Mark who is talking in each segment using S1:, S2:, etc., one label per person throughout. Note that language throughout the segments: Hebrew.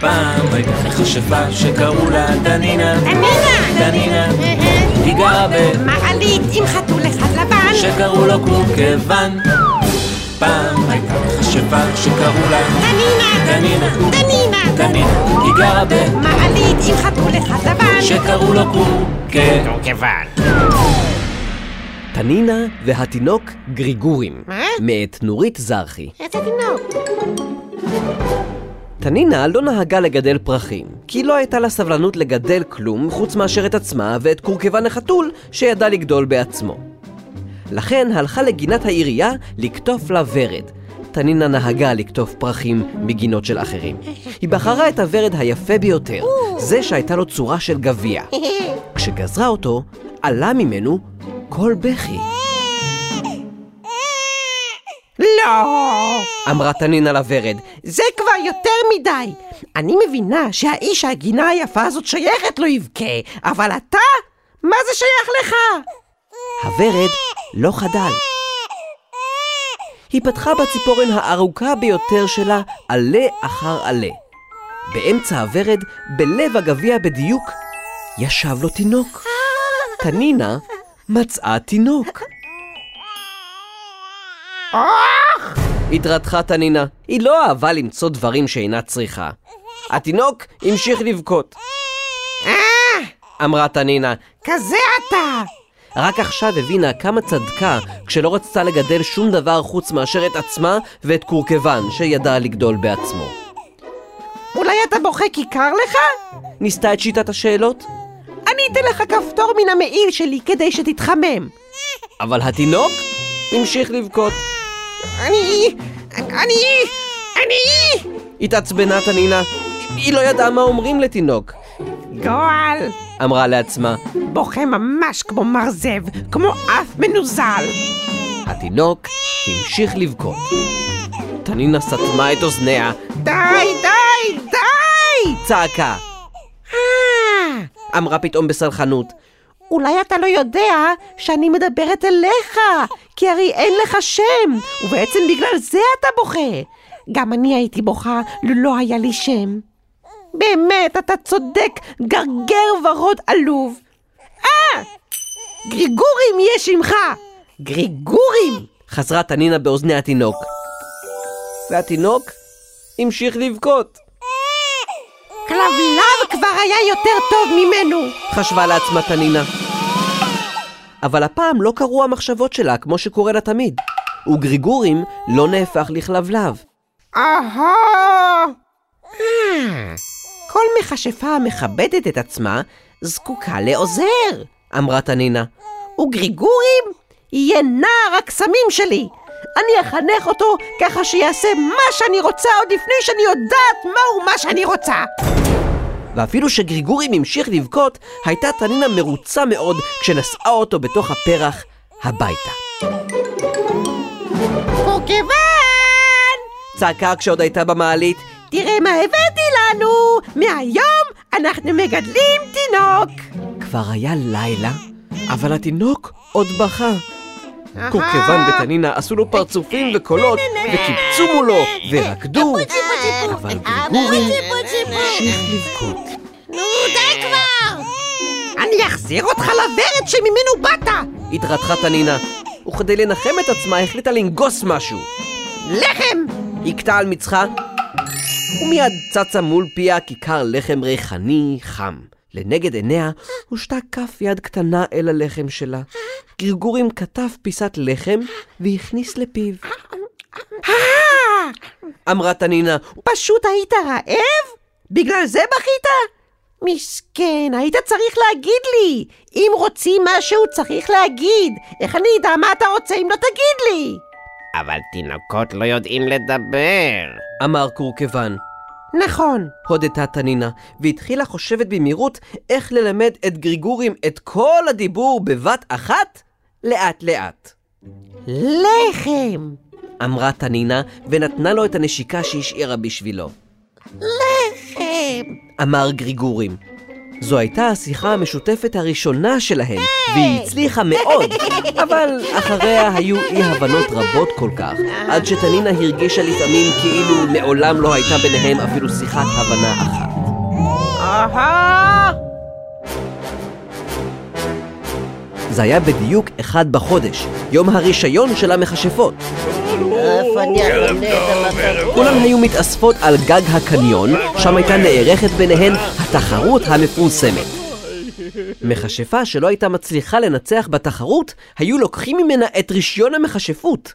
S1: פעם הייתה מכשפה שקראו לה דנינה.
S2: דנינה!
S1: דנינה.
S2: אהה.
S1: היא גרה ב...
S2: מעלית עם חתול אחד לבן.
S1: שקראו לו קורקוון. פעם הייתה מכשפה שקראו לה
S2: דנינה!
S1: דנינה.
S2: דנינה!
S1: דנינה. היא גרה ב...
S2: מעלית עם חתול אחד לבן.
S1: שקראו לו קורקוון.
S3: קורקוון.
S4: תנינה והתינוק גריגורים,
S2: מה?
S4: מאת נורית זרחי.
S2: איזה תינוק.
S4: תנינה לא נהגה לגדל פרחים, כי לא הייתה לה סבלנות לגדל כלום חוץ מאשר את עצמה ואת קורקבן החתול שידע לגדול בעצמו. לכן הלכה לגינת העירייה לקטוף לה ורד. תנינה נהגה לקטוף פרחים מגינות של אחרים. היא בחרה את הוורד היפה ביותר, זה שהייתה לו צורה של גביע. כשגזרה אותו, עלה ממנו כל בכי.
S2: לא!
S4: אמרה תנינה לוורד,
S2: זה כבר יותר מדי. אני מבינה שהאיש שהגינה היפה הזאת שייכת לו יבכה, אבל אתה? מה זה שייך לך?
S4: הוורד לא חדל. היא פתחה בציפורן הארוכה ביותר שלה עלה אחר עלה. באמצע הוורד, בלב הגביע בדיוק, ישב לו תינוק. תנינה מצאה תינוק. התרתחה תנינה, היא לא אהבה למצוא דברים שאינה צריכה. התינוק המשיך לבכות. אמרה תנינה,
S2: כזה אתה!
S4: רק עכשיו הבינה כמה צדקה כשלא רצתה לגדל שום דבר חוץ מאשר את עצמה ואת קורקבן שידע לגדול בעצמו.
S2: אולי אתה בוכה כי קר לך?
S4: ניסתה את שיטת השאלות?
S2: אני אתן לך כפתור מן המעיל שלי כדי שתתחמם.
S4: אבל התינוק המשיך לבכות.
S2: אני... אני... אני...
S4: התעצבנה תנינה, היא לא ידעה מה אומרים לתינוק.
S2: גועל!
S4: אמרה לעצמה,
S2: בוכה ממש כמו מר זאב, כמו אף מנוזל.
S4: התינוק המשיך לבכות. תנינה סתמה את אוזניה,
S2: די, די, די!
S4: צעקה,
S2: אה,
S4: אמרה פתאום בסלחנות,
S2: אולי אתה לא יודע שאני מדברת אליך, כי הרי אין לך שם, ובעצם בגלל זה אתה בוכה. גם אני הייתי בוכה לו לא היה לי שם. באמת, אתה צודק, גרגר ורוד עלוב. אה! גריגורים יהיה שמך! גריגורים!
S4: חזרה תנינה באוזני התינוק. והתינוק המשיך לבכות.
S2: כלבלב כבר היה יותר טוב ממנו!
S4: חשבה לעצמה תנינה. אבל הפעם לא קרו המחשבות שלה כמו שקורה לה תמיד, וגריגורים לא נהפך לכלבלב.
S2: אהו!
S4: כל מכשפה המכבדת את עצמה זקוקה לעוזר, אמרה תנינה.
S2: וגריגורים יהיה נער הקסמים שלי. אני אחנך אותו ככה שיעשה מה שאני רוצה עוד לפני שאני יודעת מהו מה שאני רוצה.
S4: ואפילו שגריגורים המשיך לבכות, הייתה תנינה מרוצה מאוד כשנשאה אותו בתוך הפרח הביתה.
S2: פורקבן!
S4: צעקה כשעוד הייתה במעלית,
S2: תראה מה הבאתי לנו! מהיום אנחנו מגדלים תינוק!
S4: כבר היה לילה, אבל התינוק עוד בכה. קורקבן ותנינה עשו לו פרצופים וקולות, וקיבצו מולו, ורקדו, אבל גרגורים המשיך לבכות.
S2: אני אחזיר אותך לוורד שממנו באת!
S4: התרתחה תנינה, וכדי לנחם את עצמה החליטה לנגוס משהו.
S2: לחם!
S4: הכתה על מצחה, ומיד צצה מול פיה כיכר לחם ריחני חם. לנגד עיניה הושתה כף יד קטנה אל הלחם שלה. גרגורים כתף פיסת לחם והכניס לפיו. אמרה תנינה,
S2: פשוט היית רעב? בגלל זה בכית? מסכן, היית צריך להגיד לי. אם רוצים משהו, צריך להגיד. איך אני אדע מה אתה רוצה אם לא תגיד לי?
S3: אבל תינוקות לא יודעים לדבר.
S4: אמר קורקבן.
S2: נכון.
S4: הודתה תנינה, והתחילה חושבת במהירות איך ללמד את גריגורים את כל הדיבור בבת אחת, לאט-לאט.
S2: לחם.
S4: אמרה תנינה, ונתנה לו את הנשיקה שהשאירה בשבילו.
S2: לחם.
S4: אמר גריגורים. זו הייתה השיחה המשותפת הראשונה שלהם, והיא הצליחה מאוד, אבל אחריה היו אי-הבנות רבות כל כך, עד שתנינה הרגישה לפעמים כאילו מעולם לא הייתה ביניהם אפילו שיחת הבנה אחת.
S2: אהה!
S4: זה היה בדיוק אחד בחודש, יום הרישיון של המכשפות.
S5: איפה אני אקנה את המתנות?
S4: כולן היו מתאספות על גג הקניון, שם הייתה נערכת ביניהן התחרות המפורסמת. מכשפה שלא הייתה מצליחה לנצח בתחרות, היו לוקחים ממנה את רישיון המכשפות.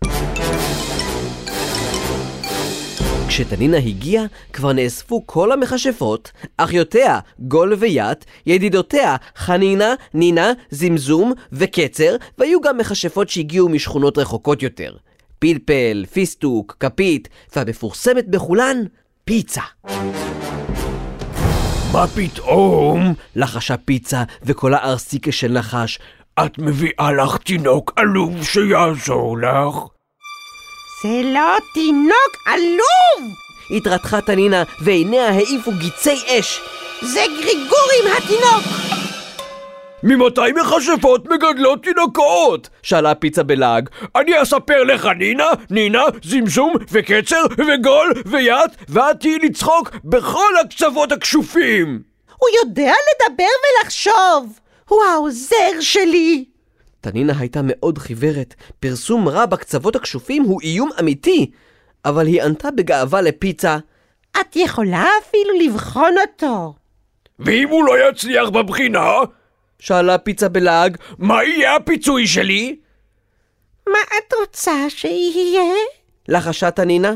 S4: כשתנינה הגיעה, כבר נאספו כל המכשפות, אחיותיה, גול ויאת, ידידותיה, חנינה, נינה, זמזום וקצר, והיו גם מכשפות שהגיעו משכונות רחוקות יותר. פלפל, פיסטוק, כפית, והמפורסמת בכולן, פיצה.
S6: מה פתאום?
S4: לחשה פיצה, וקולה ארסי כשל נחש.
S6: את מביאה לך תינוק עלוב שיעזור לך?
S2: זה לא תינוק עלוב!
S4: התרתחה תנינה, ועיניה העיפו גיצי אש.
S2: זה גריגורים התינוק!
S6: ממתי מכשפות מגדלות תינוקות?
S4: שאלה פיצה בלעג.
S6: אני אספר לך נינה, נינה, זמזום וקצר וגול ויד ואת תהיי לצחוק בכל הקצוות הכשופים!
S2: הוא יודע לדבר ולחשוב! הוא העוזר שלי!
S4: תנינה הייתה מאוד חיוורת. פרסום רע בקצוות הכשופים הוא איום אמיתי. אבל היא ענתה בגאווה לפיצה.
S2: את יכולה אפילו לבחון אותו.
S6: ואם הוא לא יצליח בבחינה,
S4: שאלה פיצה בלעג,
S6: מה יהיה הפיצוי שלי?
S2: מה את רוצה שיהיה?
S4: לחשה תנינה.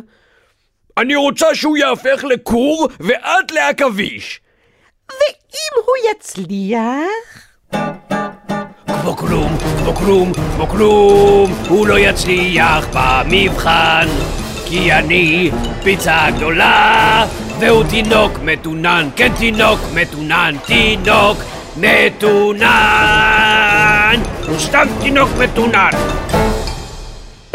S6: אני רוצה שהוא יהפך לכור ואת לעכביש!
S2: ואם הוא יצליח?
S6: כמו כלום, כמו כלום, כמו כלום, הוא לא יצליח במבחן, כי אני פיצה גדולה, והוא תינוק מתונן, כן תינוק מתונן, תינוק מתונן! הוא סתם תינוק מתונן!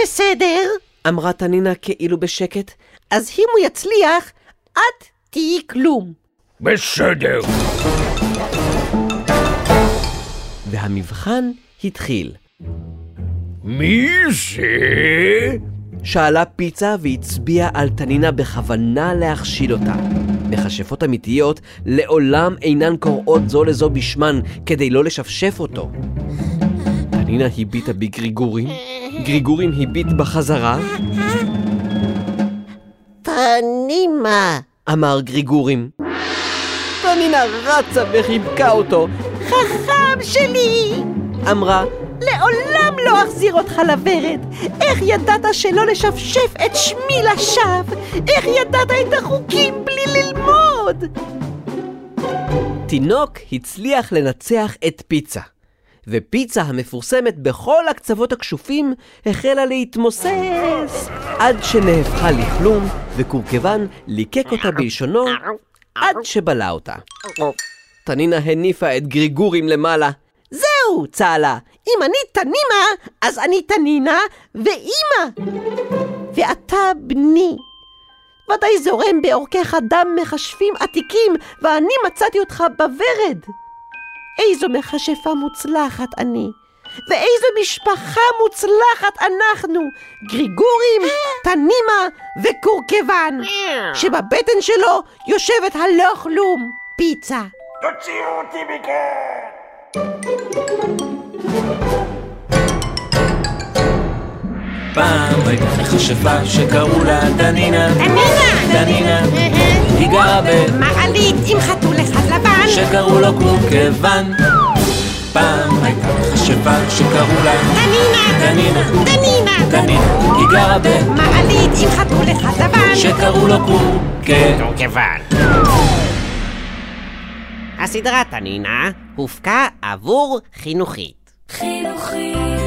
S2: בסדר.
S4: אמרה תנינה כאילו בשקט.
S2: אז אם הוא יצליח, את תהיי כלום.
S6: בסדר.
S4: והמבחן התחיל.
S6: מי זה?
S4: שאלה פיצה והצביעה על תנינה בכוונה להכשיל אותה. מכשפות אמיתיות לעולם אינן קוראות זו לזו בשמן כדי לא לשפשף אותו. תנינה הביטה בגריגורים, גריגורים הביט בחזרה,
S5: תנימה.
S4: אמר גריגורים. תנינה רצה וחיבקה אותו,
S2: חכם שלי!
S4: אמרה,
S2: לעולם לא אחזיר אותך לוורד! איך ידעת שלא לשפשף את שמי לשווא? איך ידעת את החוקים בלי ללמוד?
S4: תינוק הצליח לנצח את פיצה. ופיצה המפורסמת בכל הקצוות הכשופים החלה להתמוסס עד שנהפכה לכלום וקורקבן ליקק אותה בלשונו עד שבלע אותה. תנינה הניפה את גריגורים למעלה.
S2: זהו!
S4: צהלה,
S2: אם אני תנימה, אז אני תנינה ואימא! ואתה בני. ודאי זורם בעורקיך דם מכשפים עתיקים, ואני מצאתי אותך בוורד. איזו מכשפה מוצלחת אני, ואיזו משפחה מוצלחת אנחנו, גריגורים, תנימה וקורקבן, שבבטן שלו יושבת הלא כלום, פיצה.
S1: פעם הייתה מכשפה שקראו לה דנינה. דנינה! היא גרה
S2: מעלית עם חתול אחד לבן.
S1: שקראו לו קורקבן. פעם הייתה מכשפה שקראו לה דנינה.
S2: דנינה.
S1: דנינה! היא גרה ב...
S2: מעלית עם חתול אחד לבן.
S1: שקראו לו קורקבן.
S3: כיוון. הסדרה תנינה הופקה עבור חינוכית.
S7: חינוכית